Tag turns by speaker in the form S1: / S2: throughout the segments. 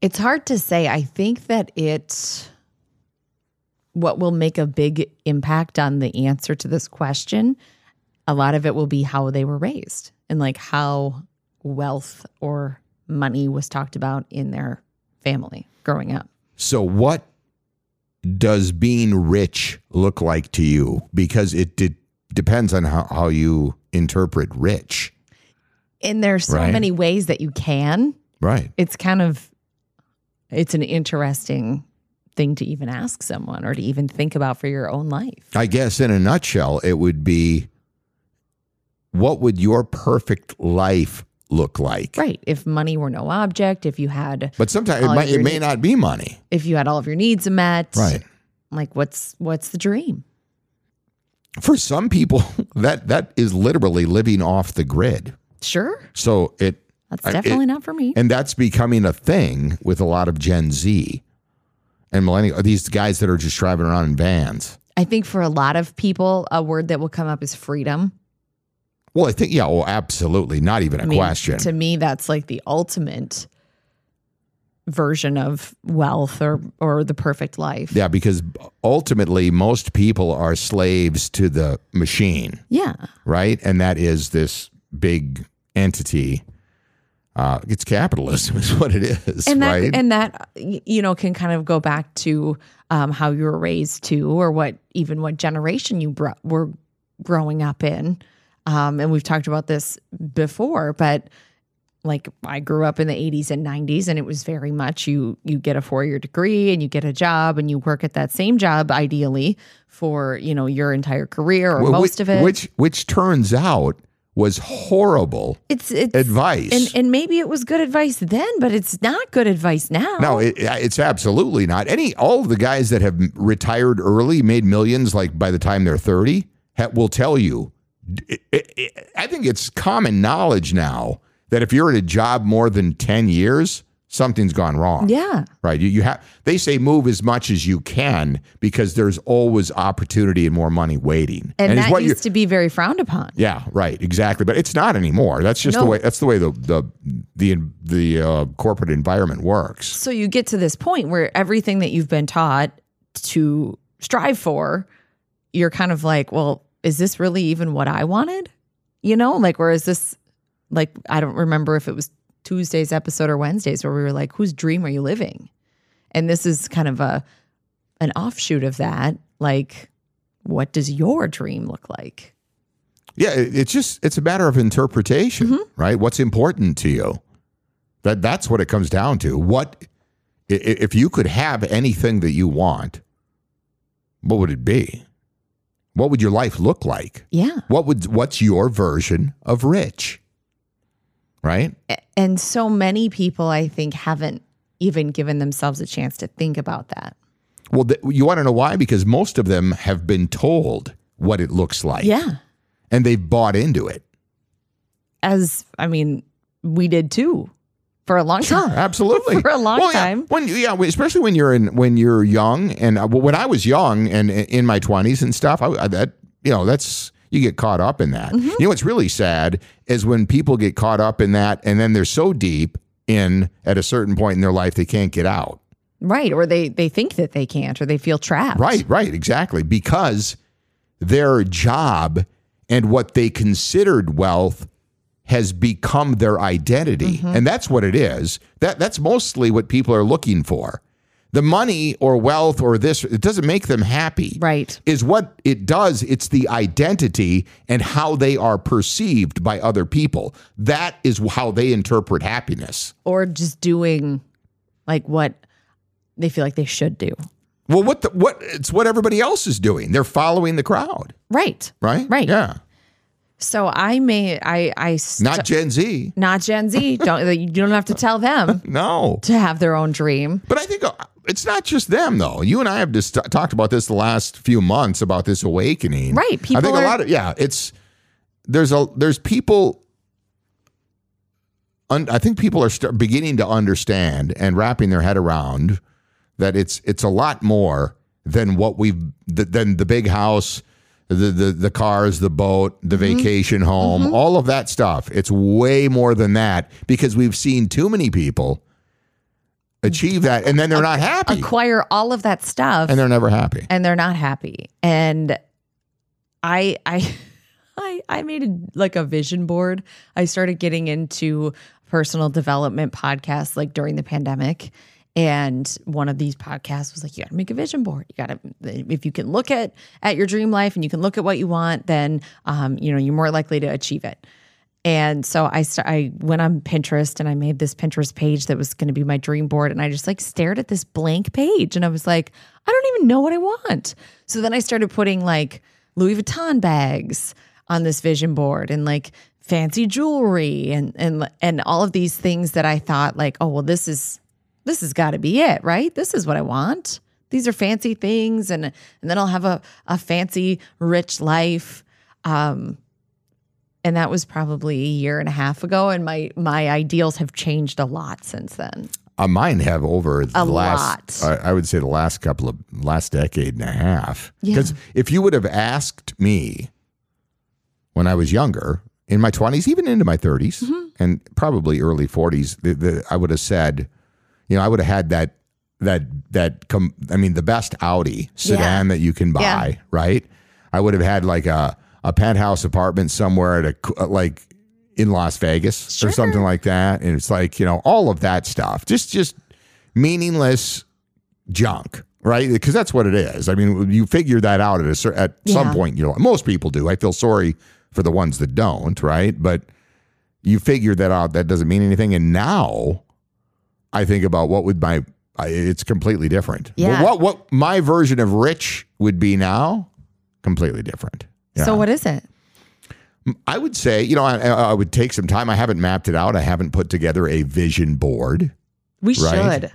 S1: It's hard to say. I think that it what will make a big impact on the answer to this question, a lot of it will be how they were raised and like how wealth or money was talked about in their family growing up.
S2: So, what does being rich look like to you? Because it de- depends on how, how you interpret rich.
S1: And there's so
S2: Right.
S1: many ways that you can.
S2: Right.
S1: It's kind of it's an interesting thing to even ask someone or to even think about for your own life.
S2: I guess in a nutshell, it would be what would your perfect life look like?
S1: Right. If money were no object, if you had
S2: But sometimes it,
S1: All
S2: might, it
S1: your
S2: may
S1: needs.
S2: not be money.
S1: if you had all of your needs met.
S2: Right.
S1: Like what's what's the dream?
S2: For some people, that that is literally living off the grid.
S1: Sure.
S2: So it
S1: That's
S2: I-
S1: definitely
S2: it-
S1: not for me.
S2: and that's becoming a thing with a lot of Gen Z and millennial. These guys that are just driving around in vans.
S1: I think for a lot of people, a word that will come up is freedom.
S2: Well, I think yeah. Oh, absolutely. Not even a
S1: I mean,
S2: question.
S1: To me, that's like the ultimate version of wealth or or the perfect life.
S2: yeah, because ultimately most people are slaves to the machine.
S1: Yeah.
S2: right? And that is this big entity. Uh, it's capitalism, is what it is,
S1: And that
S2: right?
S1: and that y- you know can kind of go back to um, how you were raised too, or what even what generation you bro- were growing up in. Um, and we've talked about this before, but like I grew up in the 80s and 90s and it was very much you you get a four-year degree and you get a job and you work at that same job ideally for, you know, your entire career or
S2: Wh-
S1: most
S2: which,
S1: of it.
S2: which which turns out was horrible
S1: it's it's
S2: advice.
S1: and and maybe it was good advice then, but it's not good advice now.
S2: no, it, it's absolutely not. Any all of the guys that have retired early, made millions, like by the time they're thirty, ha- will tell you. it- it- it- I think it's common knowledge now that if you're at a job more than ten years, something's gone wrong.
S1: Yeah.
S2: Right. You, you have they say move as much as you can because there's always opportunity and more money waiting.
S1: And,
S2: it's
S1: that
S2: what you-
S1: used to be very frowned upon.
S2: Yeah, right, exactly. But it's not anymore. That's just the
S1: No.
S2: way that's the way the the the the uh, corporate environment works.
S1: So you get to this point where everything that you've been taught to strive for, you're kind of like, well, is this really even what I wanted? You know, like, or is this like, I don't remember if it was Tuesday's episode or Wednesday's where we were like, whose dream are you living? And this is kind of a, an offshoot of that. Like, what does your dream look like?
S2: Yeah, it, it's just it's a matter of interpretation,
S1: Mm-hmm.
S2: right? What's important to you? That that's what it comes down to. What i- i- if you could have anything that you want? What would it be? What would your life look like?
S1: Yeah.
S2: What would what's your version of rich? Right?
S1: and so many people i think haven't even given themselves a chance to think about that
S2: Well, th- you want to know why? Because most of them have been told what it looks like,
S1: yeah
S2: and they've bought into it.
S1: as i mean we did too for a long
S2: Sure,
S1: time
S2: absolutely.
S1: For a long
S2: Well, yeah.
S1: time.
S2: When yeah, especially when you're in when you're young, and uh, well, when I was young and uh, in my twenties and stuff, I, I- that you know that's you get caught up in
S1: Mm-hmm.
S2: that. You know what's really sad is when people get caught up in that, and then they're so deep in at a certain point in their life they can't get out.
S1: right or they they think that they can't or they feel trapped
S2: Right, right, exactly. Because their job and what they considered wealth has become their identity.
S1: Mm-hmm.
S2: And that's what it is. That that's mostly what people are looking for. The money or wealth or this it doesn't make them happy.
S1: right
S2: Is what it does, it's the identity and how they are perceived by other people. That is how they interpret happiness.
S1: or just doing like what they feel like they should do
S2: Well, what the, what it's what everybody else is doing. They're following the crowd,
S1: right
S2: right?
S1: Right.
S2: Yeah.
S1: so i may i i st-
S2: Not Gen Z.
S1: not gen z don't you don't have to tell them
S2: No.
S1: to have their own dream
S2: But I think uh, it's not just them though. You and I have just t- talked about this the last few months about this awakening.
S1: Right,
S2: I
S1: people
S2: think
S1: are-
S2: a lot of yeah. It's there's a there's people. Un, I think people are start beginning to understand and wrapping their head around that it's it's a lot more than what we've th- than the big house. The, the the cars, the boat, the vacation home, all of that stuff. It's way more than that because we've seen too many people achieve that and then they're not happy
S1: acquire all of that stuff
S2: and they're never happy.
S1: and they're not happy. And I I I I made a, like a vision board. I started getting into personal development podcasts like during the pandemic. And one of these podcasts was like, you got to make a vision board. You got to, if you can look at at your dream life and you can look at what you want, then um, you know you're more likely to achieve it. And so I st- I went on Pinterest and I made this Pinterest page that was going to be my dream board and I just like stared at this blank page and I was like, I don't even know what I want. So then I started putting like Louis Vuitton bags on this vision board and like fancy jewelry and and and all of these things that I thought like, oh well this is this has got to be it, right? This is what I want. These are fancy things and and then I'll have a a fancy rich life and that was probably a year and a half ago and my my ideals have changed a lot since then
S2: Uh, mine have over the
S1: A
S2: last,
S1: lot.
S2: I, I would say the last couple of, last decade and a half. Because if you would have asked me when I was younger, in my 20s, even into my 30s,
S1: Mm-hmm.
S2: and probably early 40s, the, the, I would have said, you know, I would have had that, that, that, com- I mean, the best Audi sedan that you can buy,
S1: Yeah.
S2: right? I would have had like a, a penthouse apartment somewhere at a, co- like, in Las Vegas or something like that. And it's like, you know, all of that stuff. Just, just meaningless junk, right? Because that's what it is. I mean, you figure that out at a cer- at some
S1: Yeah.
S2: point. You know, most people do. I feel sorry for the ones that don't, right? But you figure that out. That doesn't mean anything. And now, I think about what would my I- it's completely different.
S1: Yeah.
S2: What what my version of rich would be now, completely different. Yeah.
S1: so what is it
S2: I would say, you know, I, I would take some time. I haven't mapped it out. I haven't put together a vision board
S1: we
S2: Right.
S1: should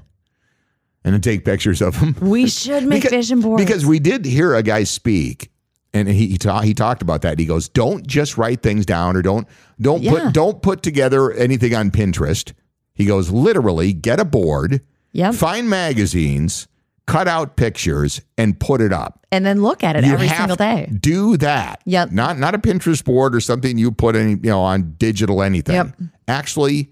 S2: and then take pictures of them.
S1: we should make
S2: Because-
S1: vision boards
S2: Because we did hear a guy speak, and he he, ta- he talked about that. He goes, "Don't just write things down, or don't don't
S1: Yeah.
S2: put don't put together anything on Pinterest." He goes, "Literally, get a board,
S1: yep
S2: find magazines, cut out pictures, and put it up."
S1: and then look at it
S2: You
S1: every
S2: have
S1: single
S2: to
S1: day
S2: Do that.
S1: Yep.
S2: Not not a Pinterest board or something you put any you know on digital anything.
S1: Yep.
S2: Actually,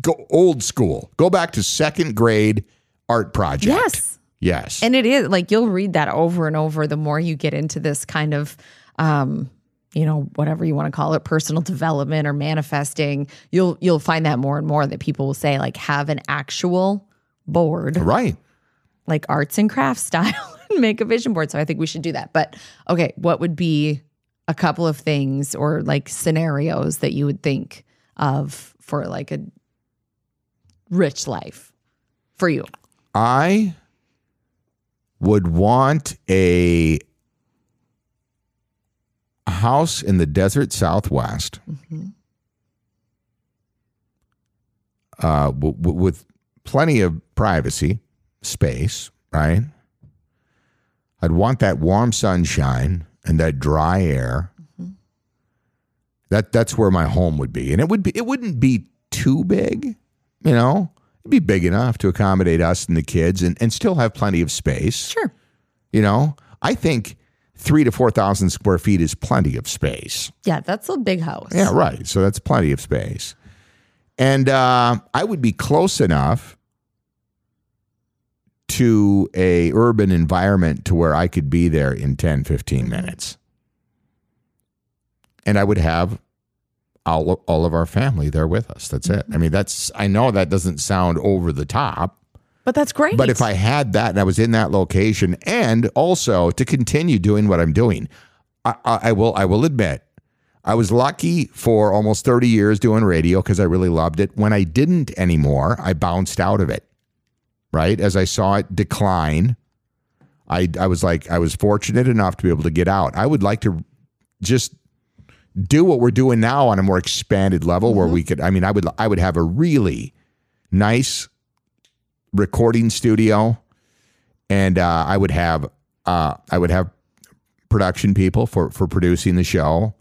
S2: go old school. Go back to second grade art project.
S1: yes
S2: Yes.
S1: and it is like you'll read that over and over the more you get into this kind of um you know whatever you want to call it personal development or manifesting you'll you'll find that more and more that people will say like have an actual board
S2: right.
S1: like arts and crafts style and make a vision board. So I think we should do that. But okay, what would be a couple of things or like scenarios that you would think of for like a rich life for you?
S2: I would want a house in the desert southwest uh, w- w- with plenty of privacy, space, right? I'd want that warm sunshine and that dry air. That that's where my home would be, and it would be it wouldn't be too big, you know. It'd be big enough to accommodate us and the kids, and, and still have plenty of space.
S1: Sure.
S2: You know, I think three to four thousand square feet is plenty of space.
S1: Yeah, that's a big house.
S2: Yeah, right. So that's plenty of space. And uh, I would be close enough to a urban environment to where I could be there in 10, 15 minutes. And I would have all, all of our family there with us. That's it. I mean, that's, I know that doesn't sound over the top,
S1: But that's great.
S2: but if I had that and I was in that location, and also to continue doing what I'm doing, I, I, I will. I will admit, I was lucky for almost 30 years doing radio because I really loved it. When I didn't anymore, I bounced out of it. Right as I saw it decline, I I was like I was fortunate enough to be able to get out. I would like to just do what we're doing now on a more expanded level where we could. I mean, I would I would have a really nice recording studio, and uh, I would have uh, I would have production people for for producing the show,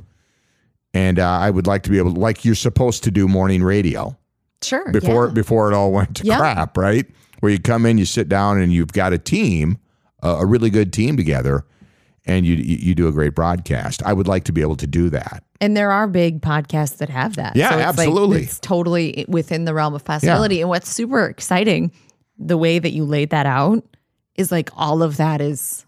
S2: and uh, I would like to be able like you're supposed to do morning radio
S1: Sure.
S2: before
S1: yeah.
S2: before it all went to
S1: Yeah.
S2: crap, right? Where you come in, you sit down, and you've got a team, uh, a really good team together, and you you you do a great broadcast. I would like to be able to do that.
S1: And there are big podcasts that have that.
S2: Yeah,
S1: it's like-
S2: absolutely.
S1: it's totally within the realm of possibility. And what's super exciting, the way that you laid that out is like all of that is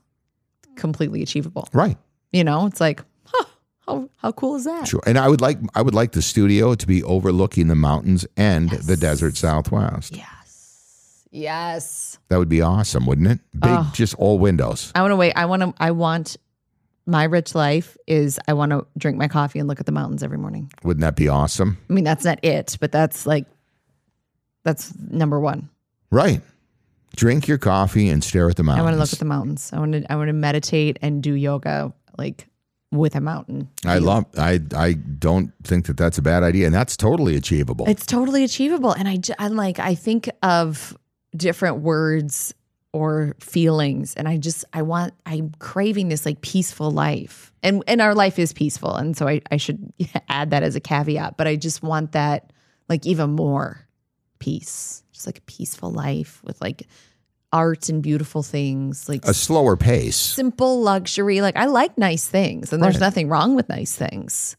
S1: completely achievable.
S2: Right.
S1: You know, it's like, huh, how, how cool is that?
S2: Sure. And I would like I would like the studio to be overlooking the mountains and the desert southwest.
S1: Yes.
S2: That would be awesome, wouldn't it? Big
S1: Oh.
S2: just all windows.
S1: I want to wait. I want to, I want my rich life is I want to drink my coffee and look at the mountains every morning.
S2: Wouldn't that be awesome?
S1: I mean, that's not it, but that's like, that's number one.
S2: Right. Drink your coffee and stare at the
S1: I
S2: mountains.
S1: want to look at the mountains. I want to I want to meditate and do yoga like with a mountain.
S2: I love I I don't think that that's a bad idea and that's totally achievable.
S1: It's totally achievable and I j- I'm like I think of different words or feelings and I just I want I'm craving this like peaceful life. And and our life is peaceful and so I I should add that as a caveat, but I just want that like even more peace. Just like a peaceful life with like art and beautiful things like
S2: a slower pace.
S1: simple luxury. Like I like nice things, and there's
S2: Right.
S1: nothing wrong with nice things.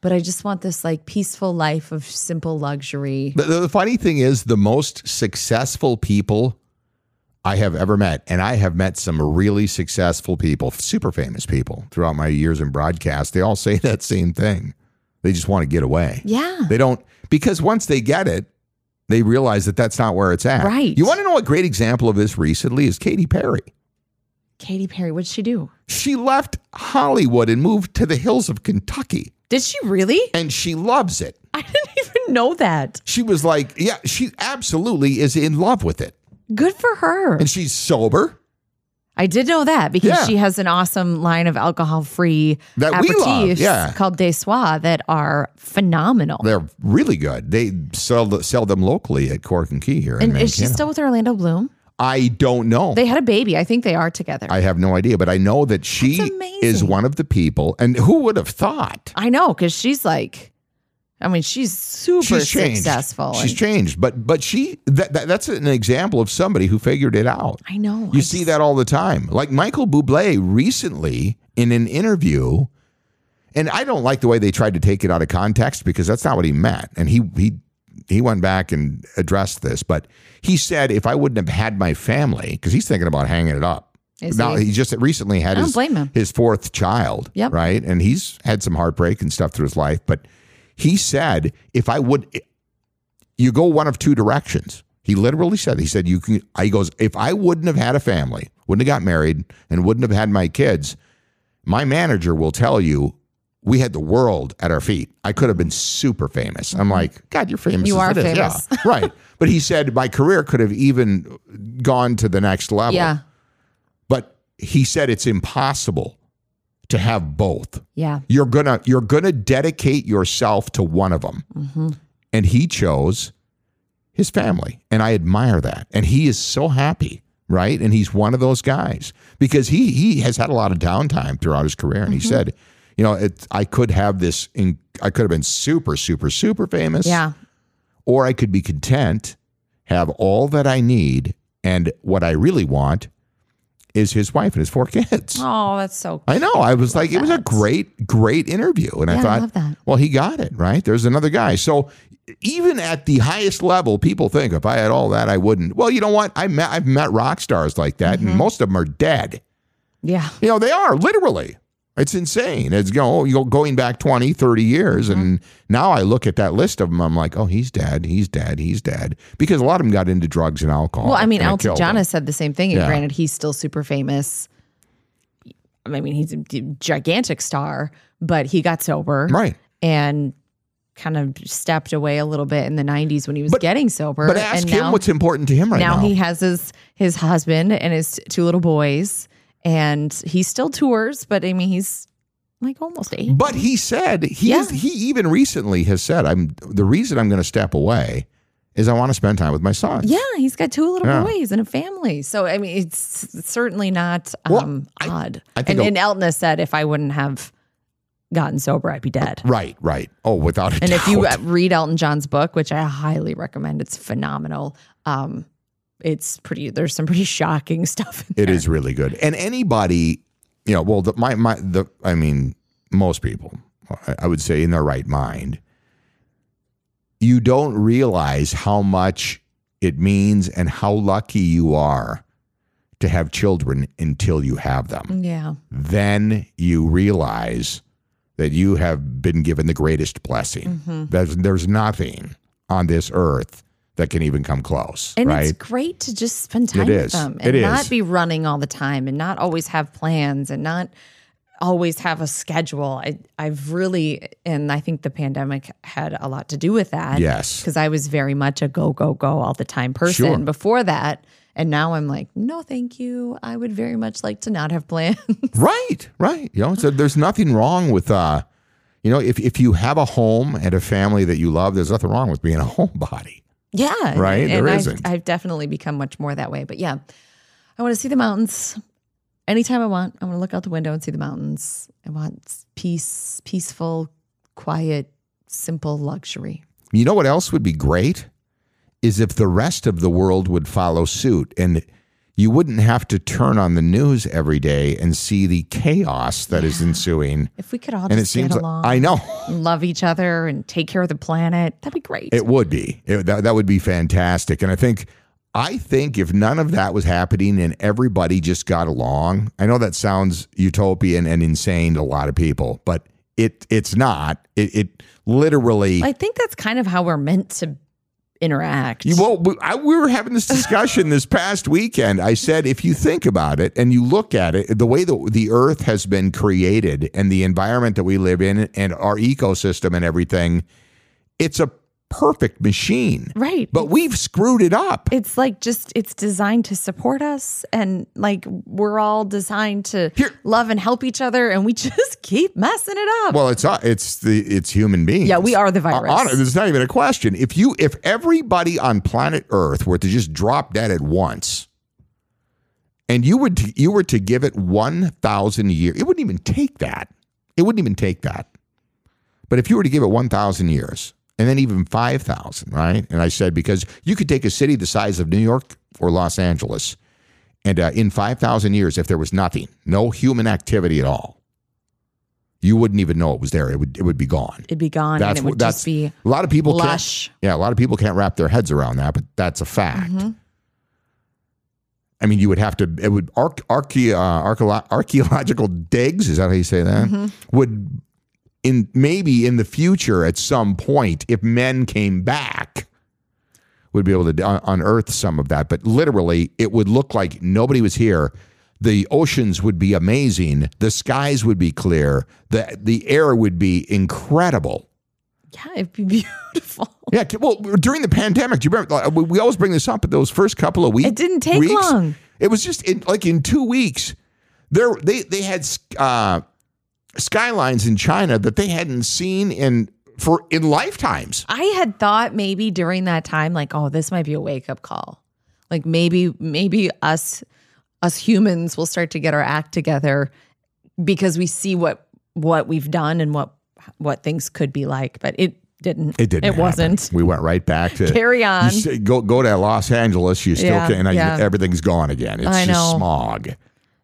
S1: But I just want this like peaceful life of simple luxury.
S2: The, the funny thing is, the most successful people I have ever met, and I have met some really successful people, super famous people throughout my years in broadcast, they all say that same thing. They just want to get away.
S1: Yeah.
S2: They don't, because once they get it, they realize that that's not where it's at.
S1: Right.
S2: You want to know a great example of this recently is Katy Perry.
S1: Katy Perry, what'd she do?
S2: She left Hollywood and moved to the hills of Kentucky,
S1: Did she really?
S2: and she loves it.
S1: I didn't even know that.
S2: She was like, yeah, she absolutely is in love with it.
S1: Good for her.
S2: And she's sober.
S1: I did know that because
S2: Yeah.
S1: she has an awesome line of alcohol free
S2: That we
S1: aperitifs
S2: love, yeah.
S1: called Des Sois that are phenomenal.
S2: They're really good. They sell the, sell them locally at Cork and Key here. in
S1: and is she
S2: Mankato.
S1: still with Orlando Bloom?
S2: I don't know.
S1: They had a baby. I think they are together. I,
S2: I have no idea, but I know that she
S1: That's amazing.
S2: is one of the people. And who would have thought?
S1: know because she's like, I mean, she's super
S2: She's changed.
S1: successful.
S2: She's
S1: and-
S2: changed, but but she that, that that's an example of somebody who figured it out.
S1: I know.
S2: You
S1: I
S2: see
S1: just-
S2: that all the time. Like Michael Bublé recently in an interview, and I don't like the way they tried to take it out of context because that's not what he meant. And he he he went back and addressed this, but he said if I wouldn't have had my family, because he's thinking about hanging it up.
S1: Is
S2: now
S1: he?
S2: he just recently had
S1: I don't
S2: his,
S1: blame him.
S2: his fourth child,
S1: Yep.
S2: right? And he's had some heartbreak and stuff through his life, but he said if I would you go one of two directions. He literally said, he said, you can, he goes, if I wouldn't have had a family, wouldn't have got married, and wouldn't have had my kids, my manager will tell you we had the world at our feet. I could have been super famous. I'm like, God, you're famous.
S1: Mm-hmm.
S2: as
S1: You are
S2: it is."
S1: famous.
S2: Yeah, right. But he said, my career could have even gone to the next level.
S1: Yeah.
S2: But he said, it's impossible to have both
S1: Yeah.
S2: you're gonna you're gonna dedicate yourself to one of them and he chose his family and i admire that and he is so happy right and he's one of those guys because he he has had a lot of downtime throughout his career and he said you know it, i could have this in, i could have been super super super famous
S1: Yeah.
S2: or i could be content have all that i need and what i really want is his wife and his four kids
S1: Oh, that's so
S2: I know. I was like, it was a great, great interview. And
S1: Yeah,
S2: I
S1: I
S2: thought,
S1: love that.
S2: well, he got it, right? There's another guy. So even at the highest level, people think if I had all that, I wouldn't. Well, you know what? I met, I've met rock stars like that,
S1: Mm-hmm.
S2: and most of them are dead.
S1: Yeah.
S2: You know, they are literally. It's insane. It's you know, oh, you're going back 20, 30 years. And
S1: Mm-hmm.
S2: now I look at that list of them. I'm like, oh, he's dead. He's dead. He's dead. Because a lot of them got into drugs and alcohol.
S1: Well, I mean,
S2: and it
S1: Elton
S2: killed
S1: John
S2: them.
S1: has said the same thing. And
S2: Yeah.
S1: granted, he's still super famous. I mean, he's a d- gigantic star, but he got sober
S2: Right.
S1: and kind of stepped away a little bit in the 90s when he was
S2: But-
S1: getting sober.
S2: But ask
S1: and
S2: him
S1: now,
S2: what's important to him right now.
S1: now he has his his husband and his two little boys, and he still tours, but I mean, he's like almost 80.
S2: But he said he is,
S1: Yeah.
S2: he even recently has said I'm the reason I'm going to step away is I want to spend time with my son.
S1: Yeah, he's got two little
S2: Yeah.
S1: boys and a family. So I mean, it's certainly not
S2: Well,
S1: um,
S2: I-
S1: odd.
S2: I think
S1: and,
S2: a-
S1: and Elton has said, if I wouldn't have gotten sober, I'd be dead.
S2: Right, right. Oh, without a
S1: And
S2: doubt.
S1: if you uh, read Elton John's book, which I highly recommend, it's phenomenal. Um, it's pretty. There's some pretty shocking stuff. In
S2: It is really good. And anybody, you know, well, the, my my the, I mean, most people, I, I would say, in their right mind, you don't realize how much it means and how lucky you are to have children until you have them.
S1: Yeah.
S2: Then you realize that you have been given the greatest blessing.
S1: Mm-hmm.
S2: There's there's nothing on this earth that can even come close.
S1: And
S2: right?
S1: it's great to just spend time
S2: It
S1: with
S2: is.
S1: them
S2: It
S1: and not
S2: is.
S1: be running all the time and not always have plans and not always have a schedule. I I've really and I think the pandemic had a lot to do with that.
S2: Yes.
S1: Because I was very much a go, go, go all the time person
S2: Sure.
S1: before that. And now I'm like, no, thank you. I would very much like to not have plans.
S2: Right, right. You know, so there's nothing wrong with uh, you know, if if you have a home and a family that you love, there's nothing wrong with being a homebody.
S1: yeah. and-
S2: Right,
S1: And,
S2: there
S1: I've,
S2: isn't.
S1: I've definitely become much more that way. But yeah, I want to see the mountains anytime I want. I want to look out the window and see the mountains. I want peace, peaceful, quiet, simple luxury.
S2: You know what else would be great is if the rest of the world would follow suit and you wouldn't have to turn on the news every day and see the chaos that is ensuing.
S1: If we could all
S2: And it
S1: just
S2: seems
S1: get
S2: like
S1: along,
S2: I know
S1: and love each other, and take care of the planet, that'd be great.
S2: It would be. It- that, that would be fantastic. And I think, I think if none of that was happening and everybody just got along, I know that sounds utopian and insane to a lot of people, but it it's not. It, it literally.
S1: I think that's kind of how we're meant to interact.
S2: you, well, we, I, we were having this discussion this past weekend. I said, if you think about it and you look at it, the way that the earth has been created and the environment that we live in and our ecosystem and everything, it's a perfect machine.
S1: right.
S2: But we've screwed it up.
S1: it's like just it's designed to support us and like we're all designed to
S2: Here-
S1: love and help each other and we just keep messing it up.
S2: Well, it's not. It's the it's human beings.
S1: Yeah, we are the virus.
S2: On, Uh, it's not even a question. If you if everybody on planet Earth were to just drop dead at once, and you would you were to give it one thousand years, it wouldn't even take that. It wouldn't even take that. But if you were to give it one thousand years, and then even five thousand, right? And I said because you could take a city the size of New York or Los Angeles, and uh, in five thousand years, if there was nothing, no human activity at all. You wouldn't even know it was there. It would it would be gone
S1: It'd be gone and it
S2: what-
S1: would just be
S2: a lot of people
S1: lush.
S2: Can't, yeah, a lot of people can't wrap their heads around that, but that's a fact. I mean, you would have to. It would arch, archae, uh, archaeo- archaeological digs. Is that how you say that? Would in maybe in the future at some point, if men came back, would be able to d- un- unearth some of that. But literally, it would look like nobody was here. The oceans would be amazing. The skies would be clear. the The air would be incredible.
S1: yeah, it'd be beautiful.
S2: Yeah, t- well, during the pandemic, do you remember? like, we- We always bring this up, but those first couple of weeks,
S1: It didn't take
S2: weeks,
S1: long.
S2: It was just in, like in two weeks, there they they had uh, skylines in China that they hadn't seen in for in lifetimes.
S1: I had thought maybe during that time like oh this might be a wake up call. Like maybe maybe us us humans will start to get our act together because we see what what we've done and what what things could be like, but it didn't.
S2: It didn't.
S1: It
S2: happen.
S1: wasn't.
S2: We went right back to
S1: Carry on.
S2: You say, go go to Los Angeles. You still
S1: Yeah,
S2: can. And
S1: yeah.
S2: everything's gone again. It's
S1: I
S2: just
S1: know.
S2: smog,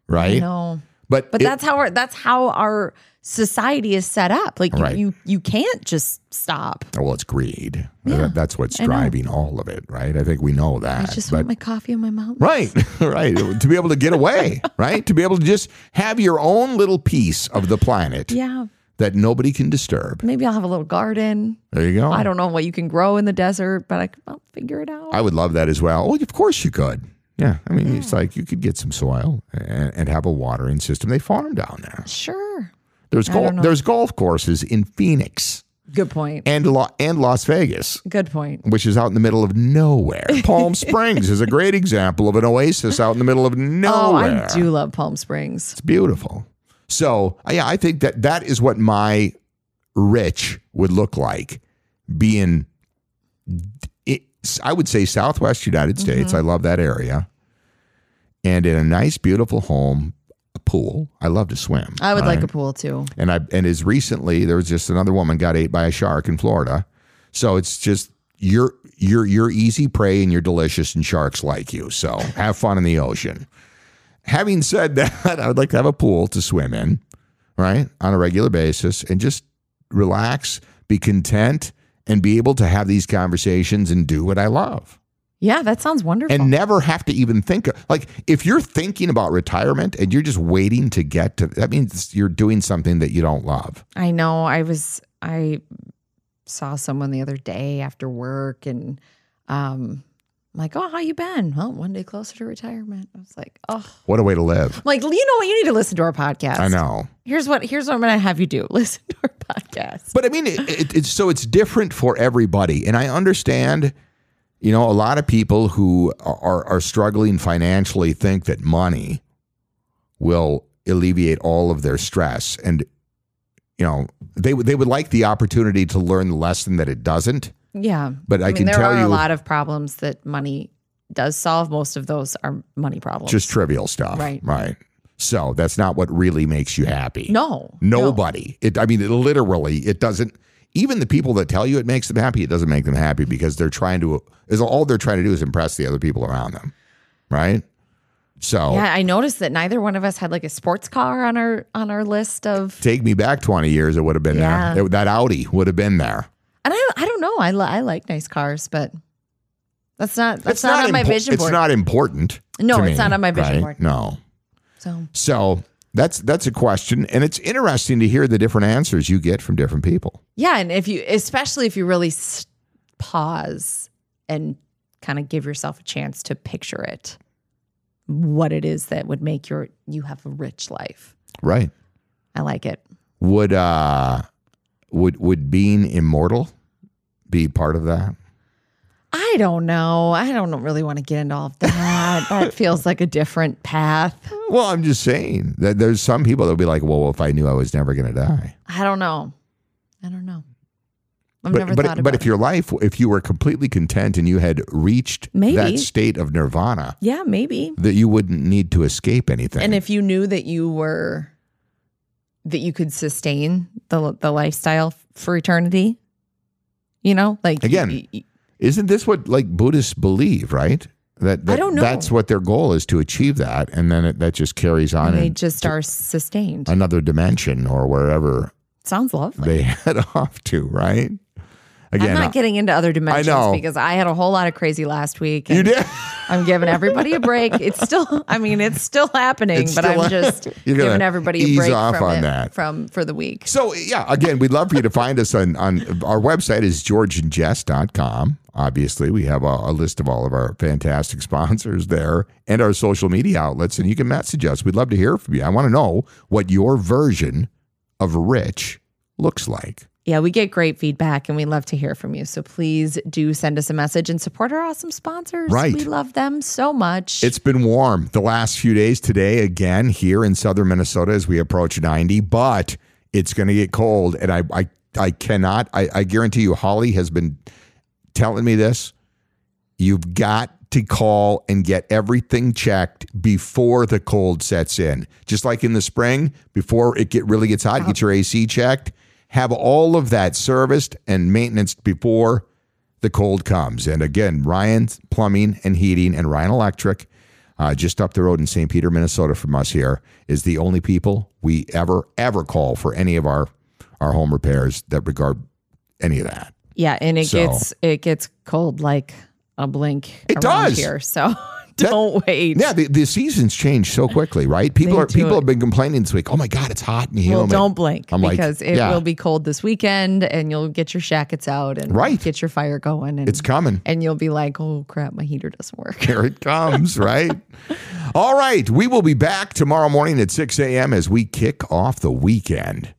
S2: right?
S1: No.
S2: But
S1: But
S2: it-
S1: that's how our that's how our society is set up. Like you-
S2: Right.
S1: you, you can't just stop.
S2: oh, well, it's greed. That- that's what's
S1: know.
S2: driving all of it, right? I think we know that.
S1: I just
S2: but
S1: want my coffee and my mountain.
S2: Right, right. to be able to get away, right? To be able to just have your own little piece of the planet
S1: Yeah.
S2: that nobody can disturb.
S1: Maybe I'll have a little garden.
S2: There you go.
S1: I don't know what you can grow in the desert, but I, I'll figure it out.
S2: Hmm. I would love that as well. Oh, of course you could. Yeah. I mean, it's like you could get some soil and, and have a watering system. They farm down there.
S1: sure.
S2: There's
S1: don't
S2: golf.
S1: know.
S2: There's golf courses in Phoenix
S1: Good point.
S2: and Lo- and Las Vegas.
S1: Good point.
S2: Which is out in the middle of nowhere. Palm Springs is a great example of an oasis out in the middle of
S1: Oh,
S2: nowhere.
S1: I do love Palm Springs.
S2: It's beautiful. So uh, yeah, I think that that is what my rich would look like, being d- it, I would say Southwest United
S1: Mm-hmm.
S2: States. I love that area. And in a nice, beautiful home, a pool. I love to swim.
S1: I would
S2: all
S1: like
S2: right?
S1: a pool too.
S2: and I and as recently there was just another woman got ate by a shark in Florida. So it's just you're you're you're easy prey and you're delicious and sharks like you. So have fun in the ocean. Having said that, I would like to have a pool to swim in, right? On a regular basis and just relax, be content and be able to have these conversations and do what I love
S1: Yeah, that sounds wonderful.
S2: and never have to even think of like if you're thinking about retirement and you're just waiting to get to that means you're doing something that you don't love.
S1: I know. I was I saw someone the other day after work and um I'm like, oh, how you been? Well, one day closer to retirement. I was like, oh,
S2: What a way to live.
S1: I'm like you know what? You need to listen to our podcast.
S2: I know.
S1: Here's what here's what I'm gonna have you do. Listen to our podcast.
S2: But I mean, it, it, it's so it's different for everybody. And I understand, you know, a lot of people who are, are struggling financially think that money will alleviate all of their stress. And, you know, they, would- they would like the opportunity to learn the lesson that it doesn't.
S1: Yeah.
S2: But I,
S1: I, mean,
S2: can
S1: there
S2: tell
S1: are
S2: you
S1: a lot of problems that money does solve. Most of those are money problems.
S2: just trivial stuff.
S1: Right.
S2: Right. So that's not what really makes you happy.
S1: no.
S2: Nobody. It, I mean, it literally, it doesn't. Even the people that tell you it makes them happy, it doesn't make them happy because they're trying to. Is all they're trying to do is impress the other people around them, right? So
S1: Yeah, I noticed that neither one of us had like a sports car on our on our list of
S2: take me back twenty years, it would have been
S1: Yeah.
S2: there. It- that Audi would have been there.
S1: And I, I don't know. I, li- I like nice cars, but that's not that's
S2: It's
S1: not, on my
S2: impo-
S1: vision
S2: It's
S1: board.
S2: not important.
S1: No,
S2: to me,
S1: it's not on my vision
S2: right?
S1: board.
S2: No.
S1: So
S2: So that's that's a question, and it's interesting to hear the different answers you get from different people.
S1: yeah, and if you especially if you really s- pause and kind of give yourself a chance to picture it, what it is that would make your you have a rich life.
S2: Right.
S1: I like it.
S2: would uh would would being immortal be part of that
S1: I don't know. I don't really want to get into all of that. that feels like a different path.
S2: well i'm just saying that there's some people that'll be like well if i knew i was never going to die
S1: I don't know. I don't know. I've
S2: but
S1: never
S2: but,
S1: thought about
S2: but
S1: it.
S2: if your life if you were completely content and you had reached
S1: Maybe.
S2: that state of nirvana
S1: yeah, maybe.
S2: that you wouldn't need to escape anything
S1: And if you knew that you were that you could sustain the the lifestyle for eternity, you know, like
S2: Again,
S1: y- y-
S2: isn't this what like buddhists believe right that, that
S1: don't know.
S2: that's what their goal is to achieve that and then it, that just carries on
S1: they
S2: in
S1: just are sustained.
S2: another dimension or wherever
S1: Sounds lovely.
S2: they head off to right again
S1: I'm not getting into other dimensions
S2: know.
S1: because I had a whole lot of crazy last week.
S2: you
S1: and
S2: did
S1: I'm giving everybody a break. It's still, I mean, it's still happening,
S2: It's
S1: but
S2: still
S1: I'm just
S2: You're gonna
S1: giving everybody a
S2: ease
S1: break
S2: off
S1: from
S2: on
S1: it-
S2: that.
S1: from for the week.
S2: So yeah, again, we'd love for you to find us on, on our website is georgeandjess.com. Obviously, we have a, a list of all of our fantastic sponsors there and our social media outlets, and you can message us. We'd love to hear from you. I want to know what your version of rich looks like.
S1: Yeah, we get great feedback and we love to hear from you. So please do send us a message and support our awesome sponsors.
S2: Right.
S1: We love them so much.
S2: It's been warm the last few days today, again, here in southern Minnesota as we approach 90, but it's going to get cold. And I, I, I cannot, I, I guarantee you, Holly has been telling me this. You've got to call and get everything checked before the cold sets in. Just like in the spring, before it get really gets hot, get your AC checked. Have all of that serviced and maintenance before the cold comes. And again, Ryan's Plumbing and Heating and Ryan Electric, uh, just up the road in St. Peter, Minnesota from us here, is the only people we ever, ever call for any of our, our home repairs that regard any of that.
S1: yeah, and it
S2: So-
S1: gets it gets cold like a blink.
S2: It
S1: around
S2: does.
S1: here. So don't wait.
S2: Yeah, the, the seasons change so quickly, right? People
S1: They
S2: are
S1: do.
S2: people have been complaining this week. Oh my God, it's hot and humid.
S1: Well, don't blink
S2: I'm like,
S1: because it
S2: yeah.
S1: will be cold this weekend, and you'll get your shackets out and
S2: Right.
S1: get your fire going, and
S2: It's coming.
S1: and you'll be like, oh crap, my heater doesn't work.
S2: Here it comes, right? All right, we will be back tomorrow morning at 6 a.m. as we kick off the weekend.